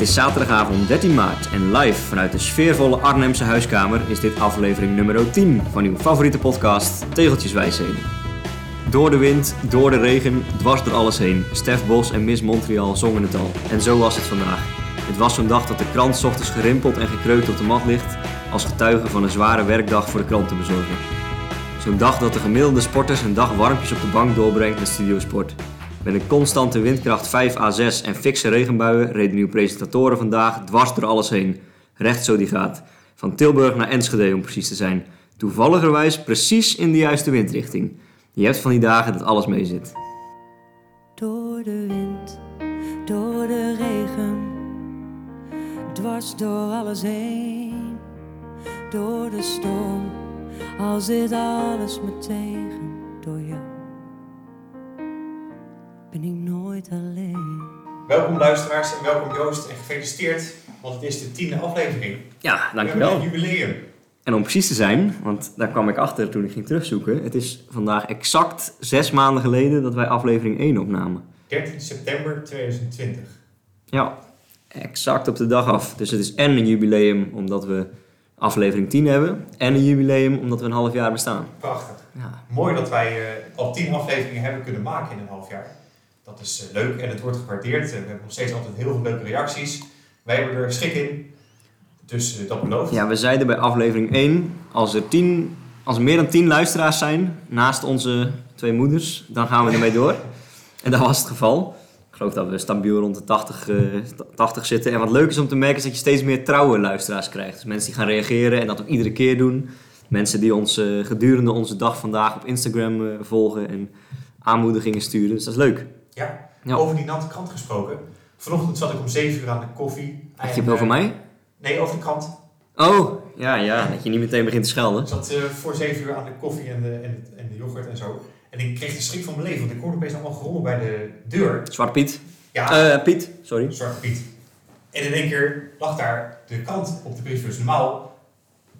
is zaterdagavond 13 maart en live vanuit de sfeervolle Arnhemse huiskamer is dit aflevering nummer 10 van uw favoriete podcast Tegeltjeswijsheden. Door de wind, door de regen, dwars door alles heen. Stef Bos en Miss Montreal zongen het al. En zo was het vandaag. Het was zo'n dag dat de krant 's ochtends gerimpeld en gekreukt op de mat ligt als getuige van een zware werkdag voor de krantenbezorger. Zo'n dag dat de gemiddelde sporters een dag warmpjes op de bank doorbrengt met Studiosport. Met een constante windkracht 5 à 6 en fikse regenbuien reden uw presentatoren vandaag dwars door alles heen. Recht zo die gaat. Van Tilburg naar Enschede om precies te zijn. Toevalligerwijs precies in de juiste windrichting. Je hebt van die dagen dat alles mee zit. Door de wind, door de regen, dwars door alles heen. Door de storm, al zit alles me tegen. Door jou ben ik nooit alleen. Welkom luisteraars en welkom Joost en gefeliciteerd, want het is de tiende aflevering. Ja, We dankjewel. hebben een jubileum. En om precies te zijn, want daar kwam ik achter toen ik ging terugzoeken. Het is vandaag exact zes maanden geleden dat wij aflevering 1 opnamen. 13 september 2020. Ja, exact op de dag af. Dus het is en een jubileum omdat we aflevering 10 hebben. En een jubileum omdat we een half jaar bestaan. Prachtig. Ja, Mooi dat wij eh, al 10 afleveringen hebben kunnen maken in een half jaar. Dat is eh, leuk en het wordt gewaardeerd. Eh, we hebben nog steeds altijd heel veel leuke reacties. Wij hebben er schik in. Dus eh, dat belooft. ja we zeiden bij aflevering 1, als er, 10, als er meer dan 10 luisteraars zijn, naast onze twee moeders, dan gaan we ermee door. En dat was het geval. Ik geloof dat we stabiel rond de 80, eh, 80 zitten. En wat leuk is om te merken is dat je steeds meer trouwe luisteraars krijgt. Dus mensen die gaan reageren en dat ook iedere keer doen. Mensen die ons eh, gedurende onze dag vandaag op Instagram eh, volgen en aanmoedigingen sturen. Dus dat is leuk. Ja. Ja. Over die natte krant gesproken. Vanochtend zat ik om 7 uur aan de koffie. Heb En, je het over eh, mij? Nee, over de krant. Oh, ja, ja. Dat je niet meteen begint te schelden. Ik zat eh, voor zeven uur aan de koffie en de, en, de- en de yoghurt en zo. En ik kreeg de schrik van mijn leven, want ik hoorde opeens allemaal gerommel bij de deur. Zwart Piet. Ja, Eh, Piet, sorry. Zwarte Piet. En in één keer lag daar de kant op de briefbus. Normaal,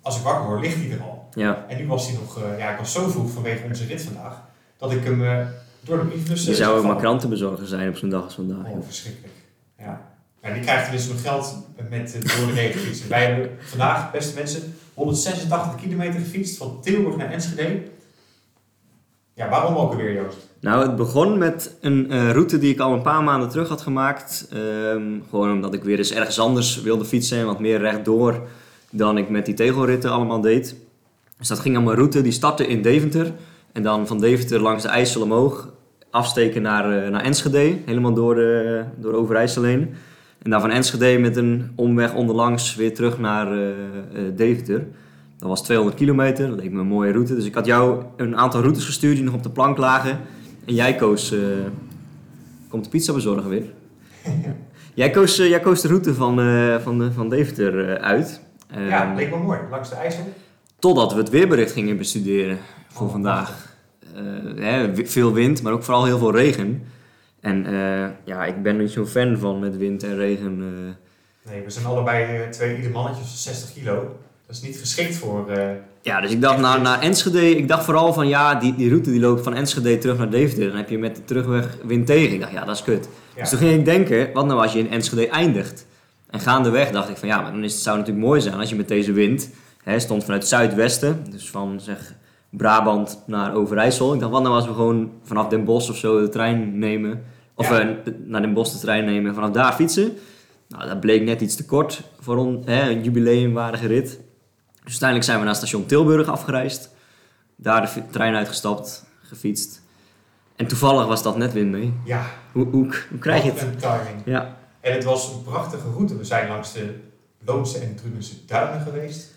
als ik wakker word, ligt hij er al. Ja. En nu was hij nog, eh, ja, ik was zo vroeg vanwege onze rit vandaag, dat ik hem eh, door de eh, briefbus... Je zou ook maar krantenbezorger zijn op zo'n dag als vandaag. Oh, verschrikkelijk. Ja. Maar die krijgt tenminste nog geld met eh, door de regen fietsen. Wij hebben vandaag, beste mensen, 186 kilometer gefietst van Tilburg naar Enschede. Ja, waarom ook alweer, Joost? Nou, het begon met een eh, route die ik al een paar maanden terug had gemaakt. Ehm, gewoon omdat ik weer eens ergens anders wilde fietsen en wat meer rechtdoor dan ik met die tegelritten allemaal deed. Dus dat ging om een route die startte in Deventer. En dan van Deventer langs de IJssel omhoog afsteken naar, eh, naar Enschede. Helemaal door, eh door Overijssel heen. En dan van Enschede met een omweg onderlangs weer terug naar eh, eh, Deventer. Dat was 200 kilometer, dat leek me een mooie route. Dus ik had jou een aantal routes gestuurd die nog op de plank lagen. En jij koos... eh, komt de pizza bezorgen weer? jij, koos, eh, jij koos de route van, eh, van, de- van Deventer eh, uit. ja, Ehm, leek me mooi. Langs de IJssel. Totdat we het weerbericht gingen bestuderen voor Oh, vandaag. Eh, hè, wi- veel wind, maar ook vooral heel veel regen. En eh, ja, ik ben niet zo'n fan van met wind en regen. eh. Nee, we zijn allebei eh, twee ieder mannetjes van 60 kilo. Dat is niet geschikt voor... eh, Ja, dus ik dacht naar, naar Enschede. Ik dacht vooral van ja, die, die route die loopt van Enschede terug naar Deventer. Dan heb je met de terugweg wind tegen. Ik dacht ja, dat is kut. Ja. Dus toen ging ik denken, wat nou als je in Enschede eindigt? En gaandeweg dacht ik van ja, maar dan is, zou het natuurlijk mooi zijn als je met deze wind... Hè, stond vanuit zuidwesten, dus van zeg Brabant naar Overijssel. Ik dacht, wat nou als we gewoon vanaf Den Bosch of zo de trein nemen... Of Ja. eh, naar Den Bosch de trein nemen en vanaf daar fietsen. Nou, dat bleek net iets te kort voor on, hè, een jubileumwaardige rit. Dus uiteindelijk zijn we naar station Tilburg afgereisd. Daar de fi- trein uitgestapt, gefietst. En toevallig was dat net wind mee. ja, Hoe, hoe, hoe krijg je wat het? een timing. Ja. En het was een prachtige route. We zijn langs de Loonse en Trunense Duinen geweest.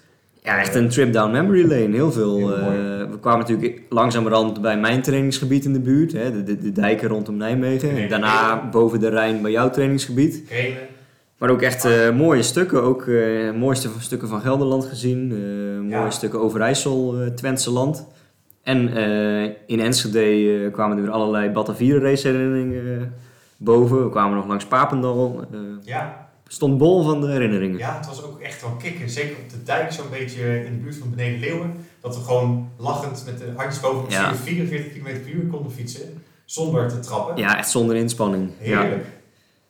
ja, echt een trip down memory lane. Heel veel. Heel mooi. eh, we kwamen natuurlijk langzamerhand bij mijn trainingsgebied in de buurt. Hè, de, de, de dijken rondom Nijmegen. Nee, En daarna boven de Rijn bij jouw trainingsgebied. Renen. Maar ook echt eh, mooie stukken. Ook eh, mooiste van- stukken van Gelderland gezien. eh, Ja. Mooie stukken Overijssel, eh Twentse land. En eh, in Enschede eh, kwamen er weer allerlei Batavieren race herinneringen eh, boven. We kwamen nog langs Papendal. eh, Ja, stond bol van de herinneringen. Ja, het was ook echt wel kicken. Zeker op de dijk, zo'n beetje in de buurt van beneden Leeuwen. Dat we gewoon lachend met de handjes boven op Ja. 44 km per uur konden fietsen. Zonder te trappen. Ja, echt zonder inspanning. Ja. Heerlijk.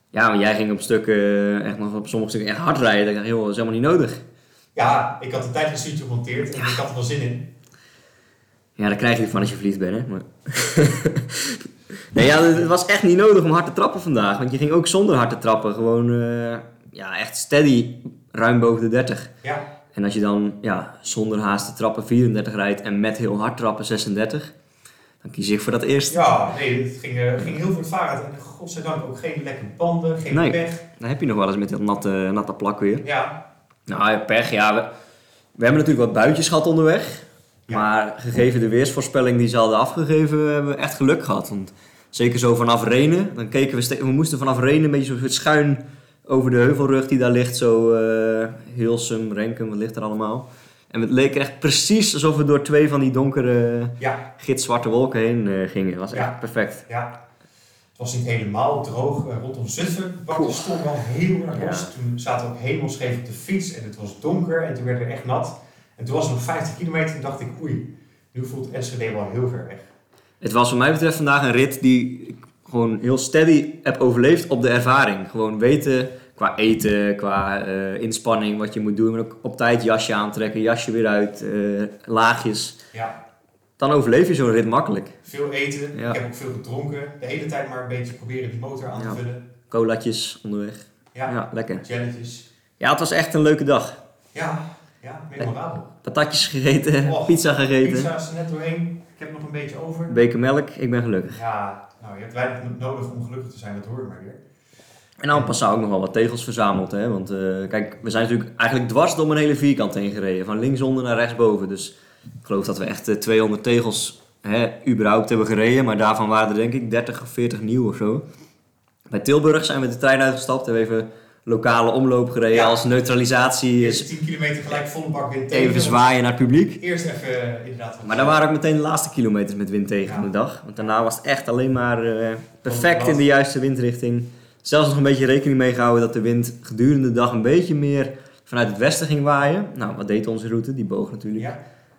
Ja, maar jij ging op stukken, eh, echt nog op sommige stukken echt hard rijden. Ik dacht, joh, dat is helemaal niet nodig. Ja, ik had de tijd gestuurd gemonteerd en ik had er wel zin in. Ja, daar krijg je van als je verliefd bent, hè. Maar... nee, ja, het was echt niet nodig om hard te trappen vandaag. Want je ging ook zonder hard te trappen. Gewoon, eh, ja, echt steady, ruim boven de 30. Ja, En als je dan ja, zonder haast te trappen 34 rijdt en met heel hard trappen 36, dan kies ik voor dat eerst. ja nee, het ging, eh, ging heel voortvarend. En godzijdank ook geen lekke banden, geen Nee. pech. Dan heb je nog wel eens met dat natte, natte plak weer. Ja, Nou, ja, pech, ja. We, we hebben natuurlijk wat buitjes gehad onderweg. Ja. Maar gegeven de weersvoorspelling die ze hadden afgegeven, hebben we echt geluk gehad. Want zeker zo vanaf Renen, dan keken we, ste- we moesten vanaf Renen een beetje zo schuin over de heuvelrug die daar ligt. Zo eh Hilsum, Renkum, wat ligt er allemaal. En het leek echt precies alsof we door twee van die donkere, ja, gitzwarte wolken heen eh, gingen. Dat was Ja. echt perfect. ja. Het was niet helemaal droog. Eh, Rondom Zutphen brak de Oeh. storm wel heel erg Ja. los. Toen zaten we ook helemaal scheef op de fiets en het was donker en toen werd er echt nat. En toen was het nog 50 kilometer en dacht ik, oei, nu voelt Enschede wel heel ver weg. Het was wat mij betreft vandaag een rit die ik gewoon heel steady heb overleefd op de ervaring. Gewoon weten qua eten, qua eh, inspanning, wat je moet doen. Maar ook op tijd jasje aantrekken, jasje weer uit, eh, laagjes. Ja, Dan overleef je zo'n rit makkelijk. veel eten. Ja. Ik heb ook veel gedronken. De hele tijd maar een beetje proberen die motor aan te Ja. vullen. Colatjes onderweg. Ja, Ja. lekker. jelletjes. Ja, het was echt een leuke dag. Ja, ja, memorabel. Patatjes gegeten, Och, pizza gegeten, Pizza is er net doorheen. Ik heb nog een beetje over. beker melk. Ik ben gelukkig. Ja, nou, je hebt weinig nodig om gelukkig te zijn, dat hoor ik maar weer. En dan pas ook nog wel wat tegels verzameld. Hè? Want eh, kijk, we zijn natuurlijk eigenlijk dwars door een hele vierkant heen gereden. Van linksonder naar rechtsboven. Dus ik geloof dat we echt eh, 200 tegels hè, überhaupt hebben gereden. Maar daarvan waren er denk ik 30 of 40 nieuw of zo. Bij Tilburg zijn we de trein uitgestapt. Hebben even lokale omloop gereden Ja. als neutralisatie. Eerst Is 10 kilometer gelijk volle bak wind tegen. even zwaaien naar het publiek. Eerst even eh, inderdaad. wat- Maar daar waren ook meteen de laatste kilometers met wind tegen Ja. van de dag. Want daarna was het echt alleen maar eh, Van perfect de in de juiste windrichting. Zelfs nog een beetje rekening mee gehouden dat de wind gedurende de dag een beetje meer vanuit het westen ging waaien. Nou, wat deed onze route? Die boog natuurlijk. Ja,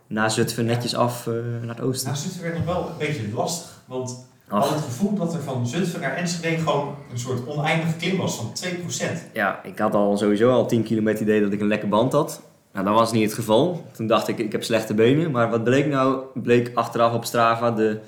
Na Zutphen netjes af eh, naar het oosten. nou, Zutphen werd nog wel een beetje lastig. Want we hadden Ach, het gevoel dat er van Zutphen naar Enschede gewoon een soort oneindige klim was van 2%. ja, ik had al sowieso al 10 kilometer idee dat ik een lekke band had. Nou, dat was niet het geval. Toen dacht ik, ik heb slechte benen. Maar wat bleek nou? Bleek achteraf op Strava, de,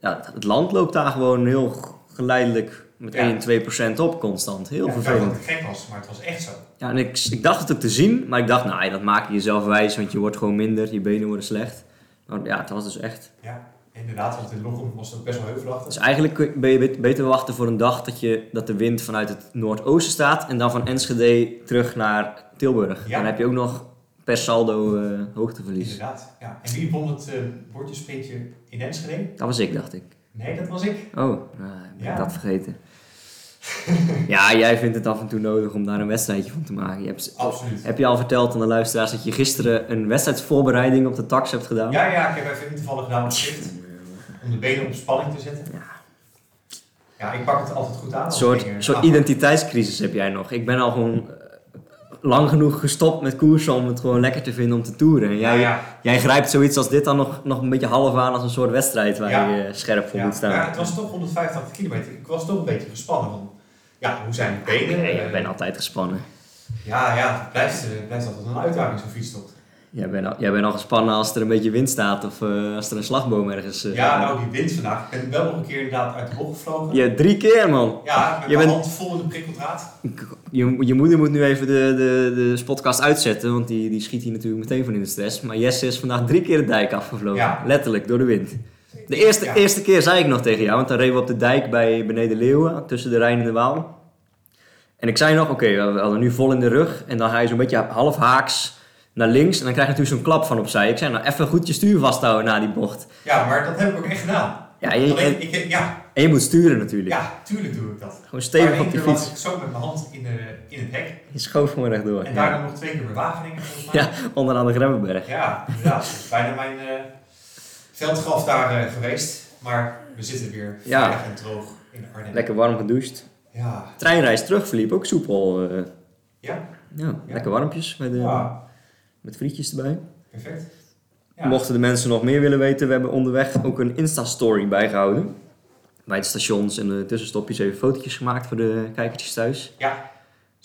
ja, het land loopt daar gewoon heel g- geleidelijk met Ja. 1, 2 procent op constant. Heel Ja, ik dacht dat vervelend. het gek was, maar het was echt zo. Ja, en ik, ik dacht het ook te zien, maar ik dacht, nou, dat maak je jezelf wijs, want je wordt gewoon minder, je benen worden slecht. Maar ja, het was dus echt. Inderdaad, want in Lochem was het ook best wel heuvelachtig. Dus eigenlijk ben je bet- beter wachten voor een dag dat, je, dat de wind vanuit het noordoosten staat en dan van Enschede terug naar Tilburg. Ja. Dan heb je ook nog per saldo eh, hoogteverlies. Inderdaad, ja. En wie won het eh bordjesprintje in Enschede? Dat was ik, dacht ik. Nee, dat was ik. Oh, nou, ik ben Ja. dat vergeten. ja, jij vindt het af en toe nodig om daar een wedstrijdje van te maken. Je hebt, Absoluut. heb je al verteld aan de luisteraars dat je gisteren een wedstrijdvoorbereiding op de tax hebt gedaan? Ja, ja, ik heb even intervallen gedaan op schrift. Om de benen op spanning te zetten. Ja, ik pak het altijd goed aan. Een als soort, dingen- soort Ah, identiteitscrisis heb jij nog. Ik ben al gewoon eh, lang genoeg gestopt met koersen om het gewoon lekker te vinden om te toeren. En Ja, jij, ja, jij grijpt zoiets als dit dan nog, nog een beetje half aan als een soort wedstrijd waar Ja. je eh, scherp voor ja. moet staan. Maar het was toch 185 kilometer. Ik was toch een beetje gespannen. van, ja, hoe zijn de benen? Nee, jij Eh, bent altijd gespannen. ja, ja, het blijft, eh, het blijft altijd een uitdaging zo'n fietstocht. Jij bent, al, jij bent al gespannen als er een beetje wind staat of eh, als er een slagboom ergens... eh, ja, nou die wind vandaag. Ik ben wel nog een keer inderdaad uit de bocht gevlogen. Je, drie keer man. Ja, met Je mijn bent- hand vol in de prikkeldraad. Je, je moeder moet nu even de, de, de podcast uitzetten, want die, die schiet hier natuurlijk meteen van in de stress. Maar Jesse is vandaag drie keer de dijk afgevlogen. Ja. Letterlijk, door de wind. De eerste, Ja. eerste keer zei ik nog tegen jou, want dan reden we op de dijk bij Beneden Leeuwen, tussen de Rijn en de Waal. En ik zei nog, oké, we hadden nu vol in de rug. En dan ga je zo'n beetje half haaks naar links. En dan krijg je natuurlijk zo'n klap van opzij. Ik zei, nou even goed je stuur vasthouden na die bocht. Ja, maar dat heb ik ook echt gedaan. Ja, je- Alleen, en, ik, ja, en je moet sturen natuurlijk. ja, tuurlijk doe ik dat. Gewoon stevig Maar één op die keer fiets. was ik zo met mijn hand in, de, in het hek. Je schoof gewoon rechtdoor. En Ja. daarna nog twee keer bij Wageningen volgens mij. ja, onderaan de Gremmenberg. Ja, inderdaad. Dat is bijna mijn eh, veldgraf daar eh, geweest. Maar we zitten weer Ja. veilig en droog in Arnhem. Lekker warm gedoucht. Ja. treinreis terug verliep ook soepel. eh. Ja? ja, Ja. lekker warmpjes met, eh, ja, met frietjes erbij. perfect. Ja. Mochten de mensen nog meer willen weten, we hebben onderweg ook een Insta-story bijgehouden. bij de stations en de tussenstopjes even fotootjes gemaakt voor de kijkertjes thuis. Er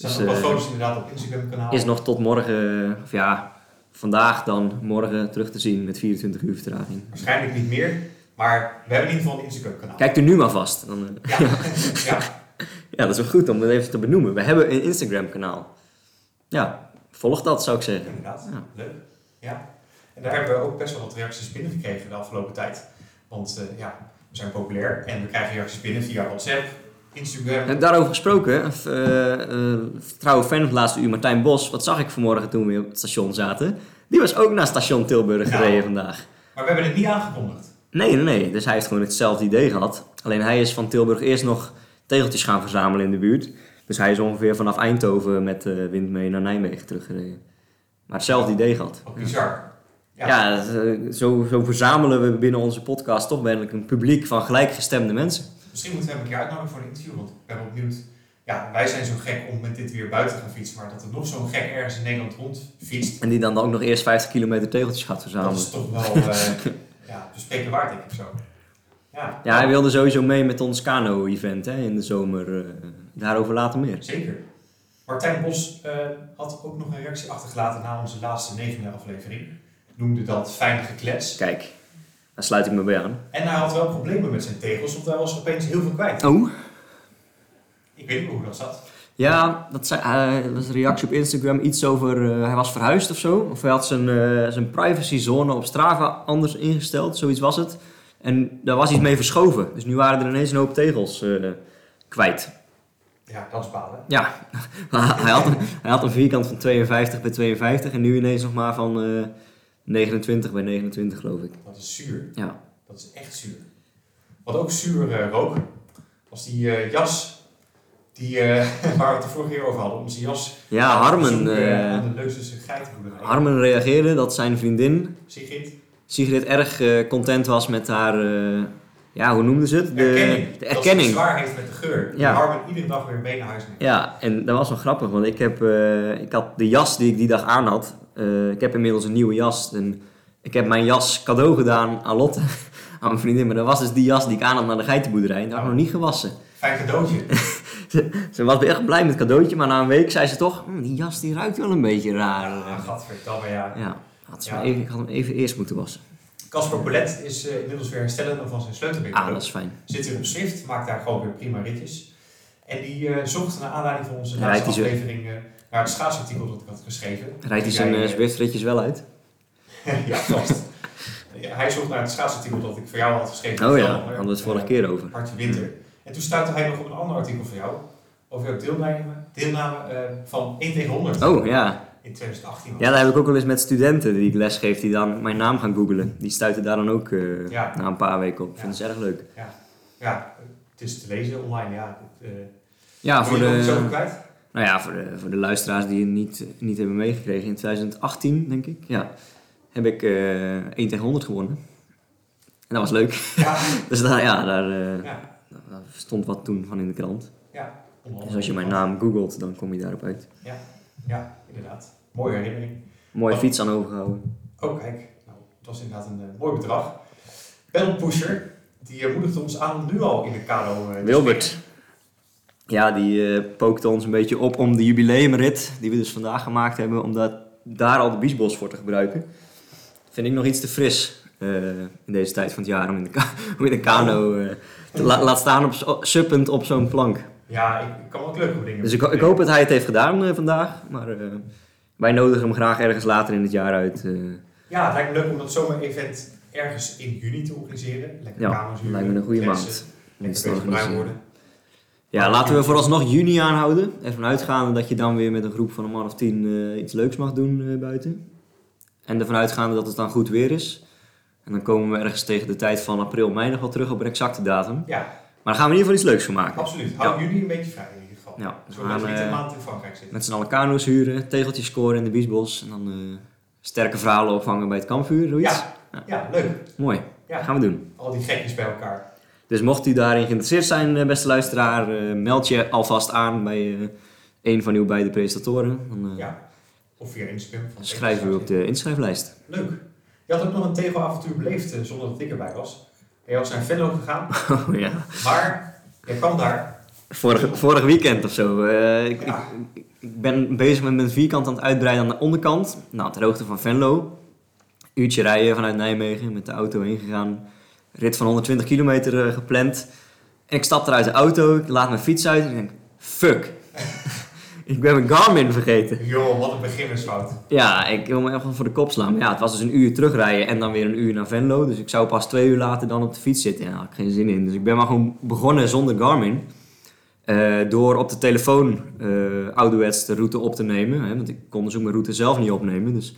Dus, zijn ook eh, wat foto's inderdaad op Instagram-kanaal. Is nog tot morgen, of ja, vandaag dan, morgen terug te zien met 24 uur vertraging. Waarschijnlijk niet meer, maar we hebben in ieder geval een Instagram-kanaal. Kijk er nu maar vast. Dan, eh, Ja, ja. ja, dat is wel goed om dat even te benoemen. We hebben een Instagram kanaal. Ja, volg dat zou ik zeggen. inderdaad. Ja. Leuk. Ja. En daar hebben we ook best wel wat reacties binnengekregen de afgelopen tijd. Want eh, ja, we zijn populair en we krijgen reacties binnen via WhatsApp, Instagram. En daarover gesproken, v- eh, eh, trouwe fan van het laatste uur, Martijn Bos. Wat zag ik vanmorgen toen we op het station zaten? Die was ook naar station Tilburg Nou. gereden vandaag. Maar we hebben het niet aangekondigd. Nee, nee, nee. Dus hij heeft gewoon hetzelfde idee gehad. Alleen hij is van Tilburg eerst nog tegeltjes gaan verzamelen in de buurt. Dus hij is ongeveer vanaf Eindhoven met eh, wind mee naar Nijmegen teruggereden. Maar hetzelfde idee gehad. Wat bizar. Ja, Ja. dat, eh, zo, zo verzamelen we binnen onze podcast toch eigenlijk een publiek van gelijkgestemde mensen. Misschien moeten we hem een keer uitnodigen voor een interview, want ik ben wel benieuwd. Ja, wij zijn zo gek om met dit weer buiten te gaan fietsen, maar dat er nog zo'n gek ergens in Nederland rondfietst, En die dan ook nog eerst 50 kilometer tegeltjes gaat dat verzamelen. is toch wel eh ja, bespreken waard, denk ik zo. Ja, Ja, hij wilde sowieso mee met ons kano-event hè, in de zomer. eh, daarover later meer. zeker. Martijn Bos eh, had ook nog een reactie achtergelaten na onze laatste negende aflevering. Noemde dat fijn geklets. Kijk, daar sluit ik me bij aan. En hij had wel problemen met zijn tegels, want hij was opeens heel veel kwijt. Oh? Ik weet niet meer hoe dat zat. Ja, dat zei, eh, was een reactie op Instagram. Iets over, eh, hij was verhuisd of zo. Of hij had zijn, eh, zijn privacyzone op Strava anders ingesteld. Zoiets was het. En daar was iets mee verschoven. Dus nu waren er ineens een hoop tegels eh, kwijt. Ja, dat is balen. Ja, hij had, een- hij had een vierkant van 52 bij 52 en nu ineens nog maar van eh, 29 bij 29 geloof ik. Dat is zuur. Ja. Dat is echt zuur. Wat ook zuur eh rook, was die eh, jas die, eh, waar we het de vorige keer over hadden. Onze jas. Ja, Zoek, Harmen, eh, eh, aan de Leuzense geitenboerderij. Harmen reageerde dat zijn vriendin Sigrid. Sigrid erg eh, content was met haar, eh, ja hoe noemde ze het? De erkenning. de Dat ze erkenning. zwaar heeft met de geur. Die Ja. Harmen iedere dag weer mee naar huis neemt. Ja, en dat was wel grappig, want ik, heb, eh, ik had de jas die ik die dag aan had. eh, ik heb inmiddels een nieuwe jas. En ik heb mijn jas cadeau gedaan aan Lotte, aan mijn vriendin. Maar dat was dus die jas die ik aan had naar de geitenboerderij. En dat had ik nog niet gewassen. Fijn cadeautje. Ze was echt blij met het cadeautje, maar na een week zei ze toch... "Hm, die jas die ruikt wel een beetje Ah, raar. gadverdamme ja. Ja, had ze Ja. maar even, ik had hem even eerst moeten wassen. Casper Polet is eh, inmiddels weer herstellende van zijn sleutelbeen. Ah, dat is fijn. Zit weer op schrift, maakt daar gewoon weer prima ritjes. En die eh, zocht naar aanleiding van onze Rijdt laatste hij zo- aflevering eh, naar het schaatsartikel dat ik had geschreven. Rijdt hij Die zijn eh, zei, uh, eh, Zwift-ritjes wel uit? ja, vast. Ja, hij zocht naar het schaatsartikel dat ik voor jou had geschreven. Oh ja, Van, eh, hadden we het vorige eh, keer over. Hartje Winter. En toen stuitte hij nog op een ander artikel voor jou. Over jouw deelname, deelname eh, van 1 tegen 100 Oh ja. in 2018. was ja, dat heb ik ook wel eens met studenten die ik lesgeef die dan mijn naam gaan googelen. Die stuiten daar dan ook eh, Ja. na een paar weken op. Ik Ja. vind het erg leuk. Ja, het is te lezen online. Ja, Eh, Ja, wil voor je nog iets de, over kwijt? nou ja, voor de, voor de luisteraars die het niet, niet hebben meegekregen in 2018, denk ik. Ja, heb ik eh 1 tegen 100 gewonnen. En dat was leuk. Ja, Dus daar, ja, daar, eh, ja, daar stond wat toen van in de krant. ja. Dus als je mijn naam googelt, dan kom je daarop uit. Ja, inderdaad. Mooie herinnering. Mooie Oh. fiets aan overgehouden. Oh, kijk. Nou, het was inderdaad een eh, mooi bedrag. Pedal Pusher, die eh, moedigde ons aan om nu al in de kado... eh, te Wilbert. Ja, die eh, pookte ons een beetje op om de jubileumrit die we dus vandaag gemaakt hebben, om dat, daar al de biesbos voor te gebruiken. Vind ik nog iets te fris eh, in deze tijd van het jaar om in de, ka- om in de kano eh, te la- laat staan op zo- suppend op zo'n plank. Ja, ik, ik kan ook leuke dingen Dus ik, ho- ik hoop dat hij het heeft gedaan eh, vandaag, maar eh, wij nodigen hem graag ergens later in het jaar uit. eh. Ja, het lijkt me leuk om dat zomer-event ergens in juni te organiseren. Lekker Ja, kamers huren, lijkt me een goede mensen, maand. om iets te Lekker bezig bruin organiseren. worden. Ja, laten we vooralsnog juni aanhouden. Ervan uitgaande dat je dan weer met een groep van een man of tien eh, iets leuks mag doen eh, buiten. En ervan uitgaande dat het dan goed weer is. En dan komen we ergens tegen de tijd van april, mei nog wel terug op een exacte datum. Ja, Maar daar gaan we in ieder geval iets leuks van maken. absoluut. Hou juni een beetje vrij in ieder geval. Ja, we Zodat gaan we niet een eh, maand in Frankrijk zitten. met z'n allen kano's huren, tegeltjes scoren in de biesbos. En dan eh, sterke verhalen opvangen bij het kampvuur, zoiets. Ja, ja, leuk. Mooi, Ja. gaan we doen. Al die gekjes bij elkaar. Dus mocht u daarin geïnteresseerd zijn, eh, beste luisteraar, eh, meld je alvast aan bij eh een van uw beide presentatoren. Dan eh, Ja. Of via Instagram. Van schrijven we op de inschrijflijst. Leuk. Je had ook nog een tegelavontuur beleefd eh, zonder dat ik erbij was. Ben je ook naar Venlo gegaan? Oh, ja. Maar jij kwam daar. Vorig, vorig weekend of zo. eh, ik, Ja. ik, ik ben bezig met mijn vierkant aan het uitbreiden aan de onderkant. Nou, ter hoogte van Venlo. Uurtje rijden vanuit Nijmegen, met de auto heen gegaan. Rit van 120 kilometer eh, gepland. En ik stap eruit de auto, ik laat mijn fiets uit en ik denk, fuck. ik ben mijn Garmin vergeten. Joh, wat een beginnersfout. Ja, ik wil me echt wel voor de kop slaan. Maar ja, het was dus een uur terugrijden en dan weer een uur naar Venlo. Dus ik zou pas twee uur later dan op de fiets zitten. Ja, daar had ik geen zin in. Dus ik ben maar gewoon begonnen zonder Garmin. Eh, door op de telefoon eh ouderwets de route op te nemen. Hè, want ik kon dus ook mijn route zelf niet opnemen. Dus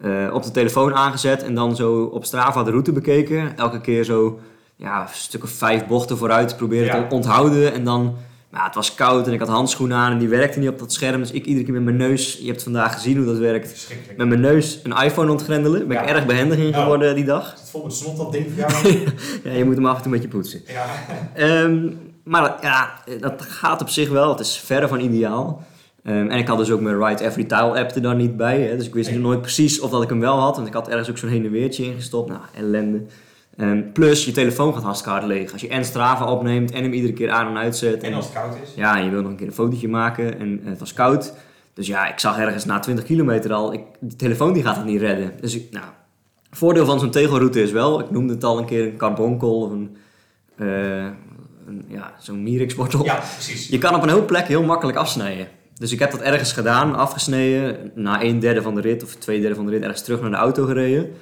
eh, op de telefoon aangezet en dan zo op Strava de route bekeken. Elke keer zo ja, een stuk of vijf bochten vooruit proberen Ja. te onthouden. En dan, maar het was koud en ik had handschoenen aan en die werkte niet op dat scherm. Dus ik iedere keer met mijn neus, je hebt vandaag gezien hoe dat werkt Verschrikkelijk. met mijn neus een iPhone ontgrendelen. Ben ik Ja. erg behendig in Ja. geworden die dag. Is het vol met snot dat ding voor jou? Ja, je moet hem af en toe met je poetsen. ja. Ehm, maar dat- ja, dat gaat op zich wel. Het is verre van ideaal. Ehm, en ik had dus ook mijn Ride Every Tile app er dan niet bij. Hè? Dus ik wist Nee. nooit precies of dat ik hem wel had. Want ik had ergens ook zo'n heen en weertje ingestopt. Nou, ellende. Ehm, plus, je telefoon gaat hartstikke hard leeg. Als je en Strava opneemt en hem iedere keer aan en uitzet. En als het koud is. Ja, en je wil nog een keer een fotootje maken en eh, het was koud. Dus ja, ik zag ergens na 20 kilometer al, ik, de telefoon die gaat het niet redden. Dus ik, nou, voordeel van zo'n tegelroute is wel, ik noemde het al een keer een carbonkool of een, eh, een ja, zo'n mierikswortel. Ja, precies. Je kan op een heel plek heel makkelijk afsnijden. Dus ik heb dat ergens gedaan, afgesneden, na een derde van de rit of twee derde van de rit ergens terug naar de auto gereden.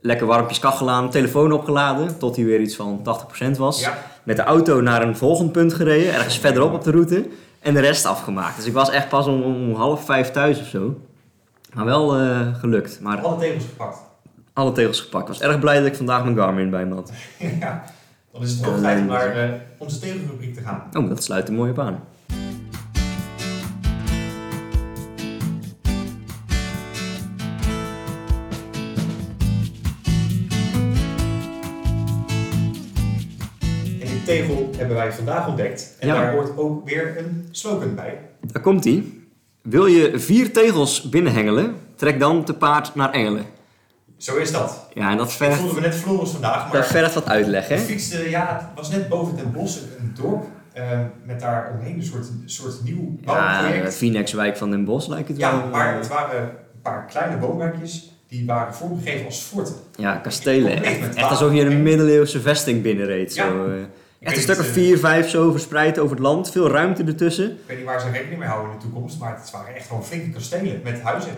Lekker warmpjes kachel aan, telefoon opgeladen, tot hij weer iets van 80% was Ja. met de auto naar een volgend punt gereden, ergens verderop op de route. En de rest afgemaakt. Dus ik was echt pas om, om half vijf thuis of zo. Maar wel eh, gelukt. Maar Alle tegels gepakt. alle tegels gepakt. Ik was erg blij dat ik vandaag mijn Garmin bij me had. ja. Dan is het hoog tijd om naar eh, onze tegelrubriek te gaan. Oh, dat sluit er mooi op aan. En die tegel hebben wij vandaag ontdekt. En Ja. daar hoort ook weer een slogan bij. Daar komt ie. Wil je vier tegels binnenhengelen? Trek dan te paard naar Engelen. Zo is dat. Ja, en dat Dat vergt, voelden we net Floris vandaag, dat maar vergt wat uitleg, we hè? fietsten, ja, het was net boven ten bossen een dorp eh, met daar omheen een soort, soort nieuw Ja, bouwproject. Phoenix-wijk van Den Bosch lijkt het wel. eh, Ja, maar het waren een paar kleine woonwijkjes die waren vormgegeven als forten. Ja, kastelen. Compleet met Echt, echt water. alsof je een middeleeuwse vesting binnenreed. Ja. Zo, eh. Echt weet een stuk het, of eh, vier, vijf zo verspreid over het land. Veel ruimte ertussen. Ik weet niet waar ze rekening mee houden in de toekomst, maar het waren echt gewoon flinke kastelen met huizen.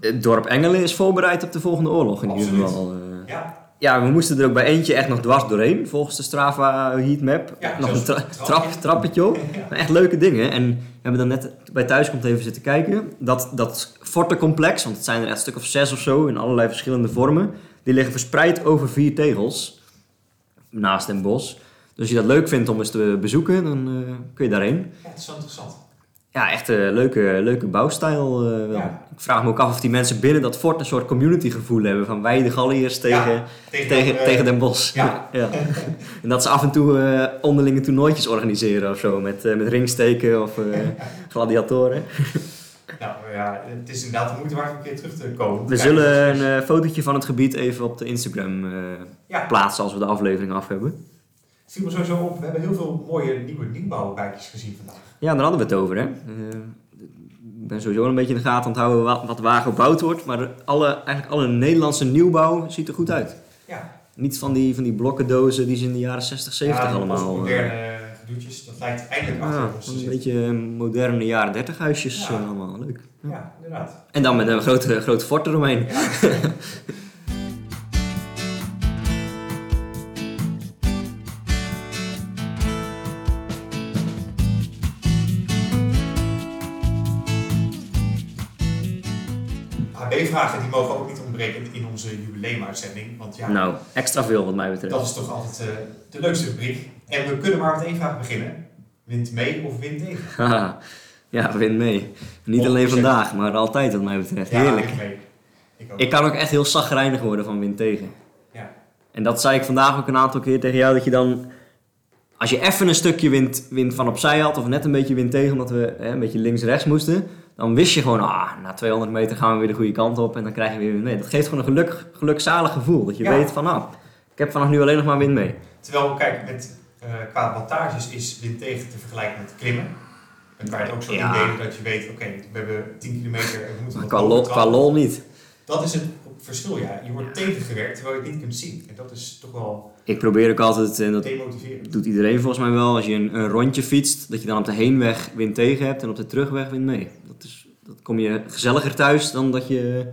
Het dorp Engelen is voorbereid op de volgende oorlog in ieder Absoluut. geval. eh. Ja, Ja, we moesten er ook bij eentje echt nog dwars doorheen. Volgens de Strava eh, heatmap. Ja, nog zelfs een tra- een trapje. trap, trappetje op. Ja. Maar echt leuke dingen. En we hebben dan net bij Thuiskomt even zitten kijken. Dat, dat fortencomplex, want het zijn er echt een stuk of zes of zo in allerlei verschillende vormen. Die liggen verspreid over vier tegels. Naast een bos. Dus als je dat leuk vindt om eens te bezoeken, dan eh, kun je daarheen. ja het is wel interessant. Ja, echt een leuke, leuke bouwstijl eh, wel. Ja. Ik vraag me ook af of die mensen binnen dat fort een soort community gevoel hebben. Van wij de Galliërs tegen... Ja, Tegen, eh, tegen Den Bosch. ja. En dat ze af en toe eh, onderlinge toernooitjes organiseren of zo. Met, eh, met ringsteken of eh, gladiatoren. Nou ja, het is inderdaad de moeite waard om een keer terug te komen. We Kijken zullen of een het is. eh, fotootje van het gebied even op de Instagram eh, Ja. plaatsen als we de aflevering af hebben. Het viel me sowieso op. We hebben heel veel mooie nieuwe nieuwbouwwijkjes gezien vandaag. Ja, daar hadden we het over hè. Eh, ik ben sowieso een beetje in de gaten aan het houden wat, wat waar gebouwd wordt. Maar alle, eigenlijk alle Nederlandse nieuwbouw ziet er goed uit. Ja, Niet van die, van die blokkendozen die ze in de jaren 60, 70 ja, allemaal... eh, moderne gedoetjes. Dat lijkt eindelijk Ja, achter ons te een zitten. beetje eh, moderne jaren 30 huisjes Ja. eh, allemaal, leuk. Ja, inderdaad. En dan met een grote, grote fort eromheen. HB-vragen die mogen ook niet ontbreken in onze jubileumuitzending. Want ja, Nou, extra veel wat mij betreft. dat is toch altijd eh, de leukste rubriek. En we kunnen maar met één vraag beginnen. Wint mee of wint tegen? Haha. ja, win mee. Niet alleen 100%. vandaag, maar altijd wat mij betreft. Ja, Heerlijk. wint mee. Ik ook. Ik kan ook echt heel zagrijnig worden van win tegen. Ja. En dat zei ik vandaag ook een aantal keer tegen jou, dat je dan... Als je even een stukje wind, wind van opzij had, of net een beetje wind tegen, omdat we hè, een beetje links-rechts moesten, dan wist je gewoon, ah, na 200 meter gaan we weer de goede kant op en dan krijg je weer wind mee. Dat geeft gewoon een geluk, gelukzalig gevoel, dat je Ja. weet van, ah, ik heb vanaf nu alleen nog maar wind mee. Terwijl, kijk, met, eh, qua wattages is windtegen te vergelijken met klimmen. Dan kan je het ook zo Ja. indelen dat je weet, oké, we hebben 10 kilometer en we moeten Maar wat qua hoger lol, trappen. qua lol niet. Dat is het verschil, ja. Je wordt tegengewerkt terwijl je het niet kunt zien. En dat is toch wel Ik probeer ook altijd, en dat demotiverend. doet iedereen volgens mij wel, als je een, een rondje fietst, dat je dan op de heenweg wind tegen hebt en op de terugweg wind mee. Dat, is, dat kom je gezelliger thuis dan dat je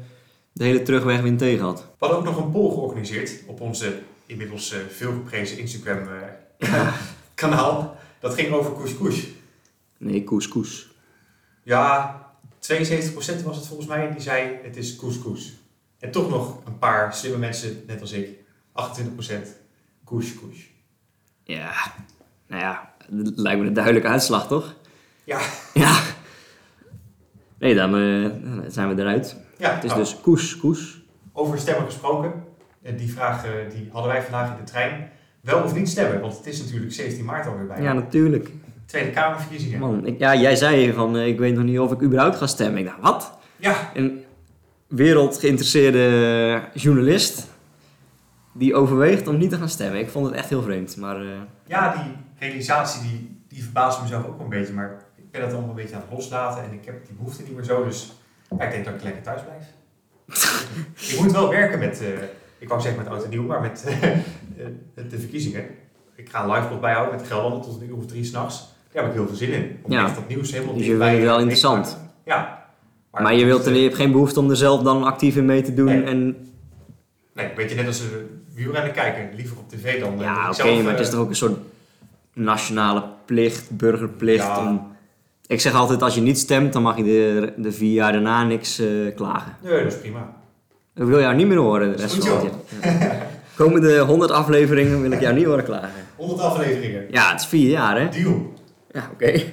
de hele terugweg wind tegen had. We hadden ook nog een poll georganiseerd op onze inmiddels eh, veel geprezen Instagram-kanaal. Dat ging over couscous. Nee, couscous. Ja, 72% was het volgens mij die zei het is couscous. En toch nog een paar slimme mensen, net als ik, 28% couscous. Ja, nou ja, dat lijkt me een duidelijke uitslag, toch? Ja, Ja. Nee, dan eh, dan zijn we eruit. ja Het is nou, dus couscous. over stemmen gesproken. En die vraag eh, die hadden wij vandaag in de trein. Wel of niet stemmen, want het is natuurlijk 17 maart alweer bijna. Ja, natuurlijk. Tweede Kamerverkiezingen. Man, ik, ja, jij zei van, eh, ik weet nog niet of ik überhaupt ga stemmen. Ik dacht, wat? Ja, Een wereldgeïnteresseerde journalist die overweegt om niet te gaan stemmen. Ik vond het echt heel vreemd, maar eh, ja, die realisatie die, die verbaast mezelf ook wel een beetje. Maar ik ben dat allemaal een beetje aan het loslaten en ik heb die behoefte niet meer zo. Dus ja, ik denk dat ik lekker thuis blijf. ik moet wel werken met, eh, ik wou zeggen met oud en nieuw, maar met eh, de verkiezingen. Ik ga een live blog bijhouden met Gelderland tot een uur of drie s'nachts. Daar heb ik heel veel zin in. Om Ja. echt dat nieuws helemaal Dus je dichtbij vindt het wel te interessant. maken. Ja. maar je, wilt er, eh, je hebt geen behoefte om er zelf dan actief in mee te doen. Nee. En, Nee, een beetje net als een wielrennen kijken. Liever op tv dan eh, dat ja, ik oké, zelf, maar het is eh, toch ook een soort nationale plicht, burgerplicht. Ja. om- ik zeg altijd, als je niet stemt, dan mag je de, de vier jaar daarna niks eh, klagen. Nee, dat is prima. Ik wil jou niet meer horen de rest Goed, van het jaar. Ja. Komende 100 afleveringen wil ik jou niet horen klagen. 100 afleveringen. Ja, het is vier jaar, hè? Deal. Ja, oké.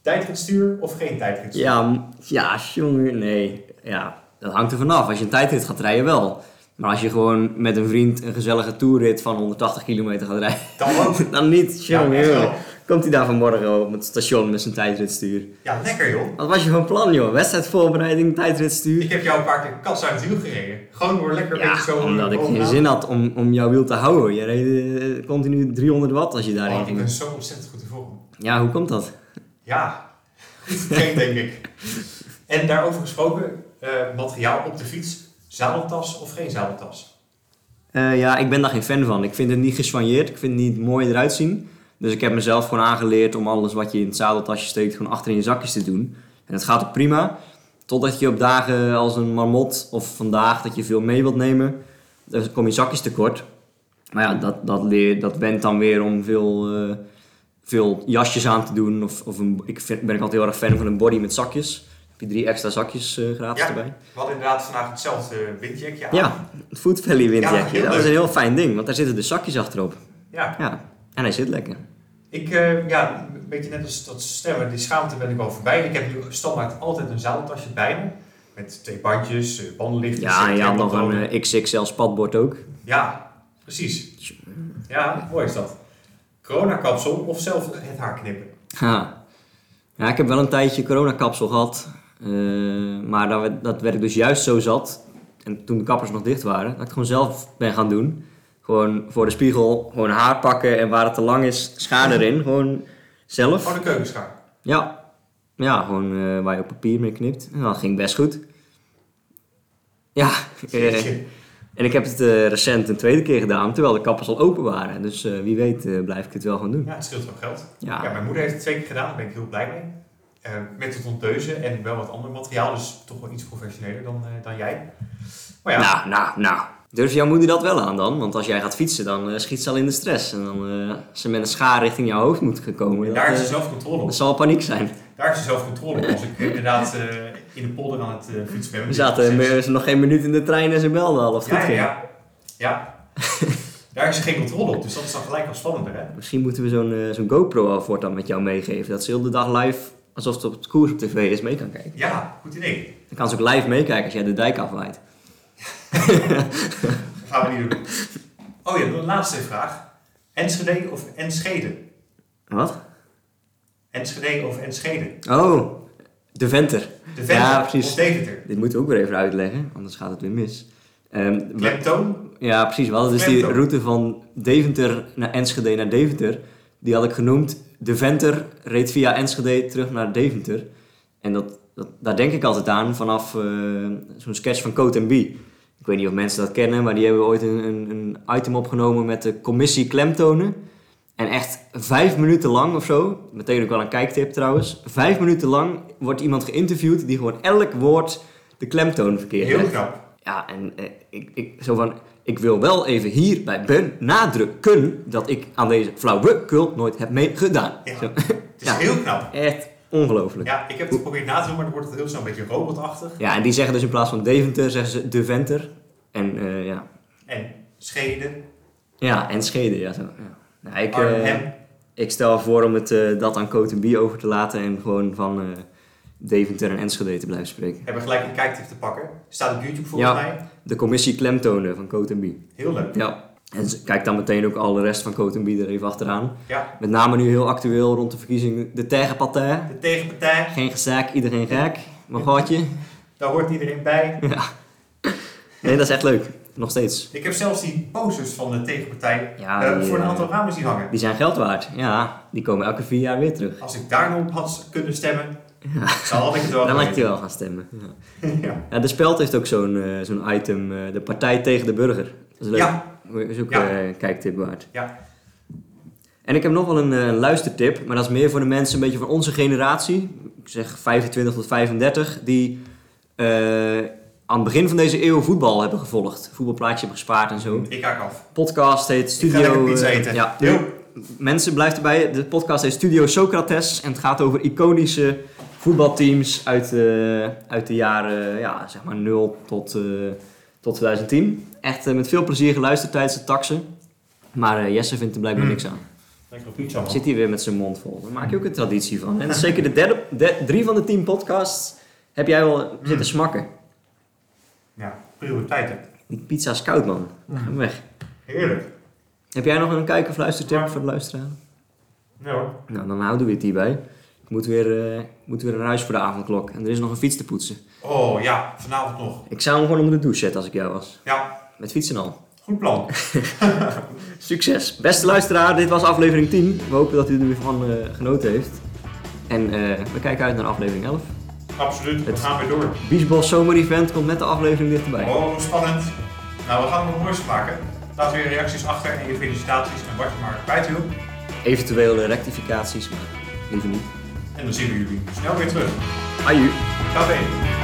Tijdritstuur of geen tijdritstuur? Ja, m- ja, jongen, nee. Ja, dat hangt er vanaf. Als je een tijdrit gaat rijden, wel. Maar als je gewoon met een vriend een gezellige toerrit van 180 kilometer gaat rijden, Dan ook. dan niet. Ja, Jongen, echt wel. jongen. Komt hij daar vanmorgen op het station met zijn tijdritstuur? Ja, lekker joh. Wat was je van plan, joh? Wedstrijdvoorbereiding, tijdritstuur? Ik heb jou een paar keer kats uit het wiel gereden. Gewoon door lekker een Ja, beetje zo... omdat ik geen bovenaan. zin had om, om jouw wiel te houden. Je reed eh, continu 300 watt als je daarin Oh, ik ging. ben zo ontzettend goed te volgen. Ja, hoe komt dat? Ja, goed getraind denk ik. En daarover gesproken, eh, materiaal op de fiets. Zadeltas of geen zadeltas? Eh, ja, ik ben daar geen fan van. Ik vind het niet gesoigneerd. Ik vind het niet mooi eruit zien. Dus ik heb mezelf gewoon aangeleerd om alles wat je in het zadeltasje steekt gewoon achter in je zakjes te doen. En dat gaat ook prima. Totdat je op dagen als een marmot of vandaag dat je veel mee wilt nemen, dan kom je zakjes tekort. Maar ja, dat, dat, leer, dat went dan weer om veel, eh, veel jasjes aan te doen. Of, of een, ik vind, ben ik altijd heel erg fan van een body met zakjes. Dan heb je drie extra zakjes eh, gratis Ja. erbij. We hadden inderdaad vandaag hetzelfde windjackje aan. Ja, het Food Valley windjackje. heel dat is een leuk. heel fijn ding, want daar zitten de zakjes achterop. Ja. Ja, en hij zit lekker. Ik, eh, ja, een beetje net als dat stemmen, die schaamte ben ik wel voorbij. Ik heb nu standaard altijd een zadeltasje bij me. Met twee bandjes, eh, bandenlichtjes. Ja, en je had nog een twee eh, XXL spatbord ook. Ja, precies. Ja, mooi is dat. Corona-kapsel of zelf het haar knippen. Ha. Ja, ik heb wel een tijdje coronakapsel gehad. eh, maar dat, werd- dat werd ik dus juist zo zat. En toen de kappers nog dicht waren, dat ik het gewoon zelf ben gaan doen. Gewoon voor de spiegel, gewoon haar pakken en waar het te lang is, schaar erin. Gewoon zelf. Gewoon de keukenschaar. Ja, ja gewoon eh, waar je op papier mee knipt. En dat ging best goed. Ja, eh, Jeetje. En ik heb het eh, recent een tweede keer gedaan, terwijl de kappers al open waren. Dus eh, wie weet eh, blijf ik het wel gaan doen. Ja, het scheelt wel geld. Ja, Ja. mijn moeder heeft het twee keer gedaan, daar ben ik heel blij mee. Eh, met het ontdeuze en wel wat ander materiaal, dus toch wel iets professioneler dan, eh, dan jij. Maar ja, nou, nou, nou. Durf jouw moeder dat wel aan dan? Want als jij gaat fietsen, dan eh, schiet ze al in de stress. En dan eh, als ze met een schaar richting jouw hoofd moet gekomen, dat, daar is ze eh, zelf controle op. dat zal paniek zijn. Daar is ze zelf controle op. Als ik inderdaad eh, in de polder aan het eh, fietsen ben. We zaten Dus- eh, nog geen minuut in de trein en ze belden al of het Ja, goed ja, ging. ja. ja. daar is geen controle op, dus dat is dan gelijk wel spannender, hè? Misschien moeten we zo'n eh, zo'n GoPro al voortaan met jou meegeven. Dat ze heel de dag live, alsof het op het koers op tv is, mee kan kijken. Ja, goed idee. Dan kan ze ook live meekijken als jij de dijk afwaait. Dat gaan we niet doen. Oh ja, de laatste vraag. Enschede of Enschede? Wat? Enschede of Enschede? Oh, de venter. De Venter Ja, precies. of Deventer? Dit moeten we ook weer even uitleggen, anders gaat het weer mis. Ehm, we- Klemtoon? ja, precies. We hadden dus die Klemtoon. route van Deventer naar Enschede naar Deventer. Die had ik genoemd. De Venter reed via Enschede terug naar Deventer. En dat, dat, daar denk ik altijd aan vanaf eh, zo'n sketch van Coat B. Ik weet niet of mensen dat kennen, maar die hebben ooit een, een, een item opgenomen met de commissie klemtonen. En echt vijf minuten lang of zo, meteen ook wel een kijktip trouwens. Vijf minuten lang wordt iemand geïnterviewd die gewoon elk woord de klemtoon verkeerd Heel legt. knap. Ja, en eh, ik, ik, zo van, ik wil wel even hier bij Ben nadrukken dat ik aan deze flauwekul nooit heb meegedaan. Ja. Zo, Het is Ja. heel knap. echt ongelooflijk. Ja. Ja, ik heb het geprobeerd na te doen, maar dan wordt het heel snel een beetje robotachtig. en die zeggen dus in plaats van Deventer, zeggen ze Deventer. En eh, ja. En Scheden, ja, en Schede. Ja, zo. Ja. Nou, ik, eh, Arnhem. ik stel voor om het, eh, dat aan Cote over te laten en gewoon van eh, Deventer en Enschede te blijven spreken. Hebben gelijk een kijktip te pakken. Staat op YouTube volgens Ja. mij. De commissie klemtonen van Cote Heel leuk. Ja. En ze- kijk dan meteen ook al de rest van Cote er even achteraan. Ja. Met name nu heel actueel rond de verkiezing de tegenpartij. De tegenpartij, Geen gezaak, iedereen gek. Mijn gaatje. daar hoort iedereen bij. Nee, dat is echt leuk. Nog steeds. Ik heb zelfs die posters van de tegenpartij Ja, eh, die, voor een eh, aantal ramen zien hangen. Die zijn geld waard. Ja, die komen elke vier jaar weer terug. Als ik daar nog op had kunnen stemmen, dan had ik het wel Dan lijkt geweten. je wel gaan stemmen. Ja. ja. Ja, de Speld heeft ook zo'n eh, zo'n item, eh, de partij tegen de burger. Dat is leuk. Ja. Dat is ook Ja. eh, een kijktip waard. Ja. En ik heb nog wel een eh, luistertip, maar dat is meer voor de mensen een beetje van onze generatie. Ik zeg 25 tot 35, die eh, aan het begin van deze eeuw voetbal hebben gevolgd. Voetbalplaatje hebben gespaard en zo. Ik haak af. Podcast heet Ik ga Studio... lekker pizza eh, eten. ja, Yo. mensen, blijft erbij. De podcast heet Studio Socrates en het gaat over iconische voetbalteams uit, eh, uit de jaren ja, zeg maar 0 tot, eh, tot 2010. Echt eh, met veel plezier geluisterd tijdens de taxen. Maar eh, Jesse vindt er blijkbaar Mm. niks aan. Lekker op pizza, man. Zit hier weer met zijn mond vol. Daar maak je ook een traditie van. En zeker de derde, de- drie van de tien podcasts heb jij wel Hmm. zitten smakken. Ja, prioriteiten. Die pizza is koud, man. Hmm. Ga hem weg. Heerlijk. Heb jij nog een kijk- of luistertip Maar- voor de luisteraar? Nee hoor. Nou, dan houden we het hierbij. Ik moet weer, eh, ik moet weer naar huis voor de avondklok. En er is nog een fiets te poetsen. Oh ja, vanavond nog. Ik zou hem gewoon onder de douche zetten als ik jou was. Ja, Met fietsen al. goed plan. Succes. Beste luisteraar, dit was aflevering 10. We hopen dat u er weer van eh, genoten heeft. En eh, we kijken uit naar aflevering 11. Absoluut, we Het- gaan weer door. Beachball Summer Event komt met de aflevering dichterbij. Oh, spannend. Nou, we gaan nog moois maken. Laat weer reacties achter en je felicitaties en wat je maar kwijt wil. Eventuele rectificaties, maar liever niet. En dan zien we jullie snel weer terug. Aju. Ciao, bene.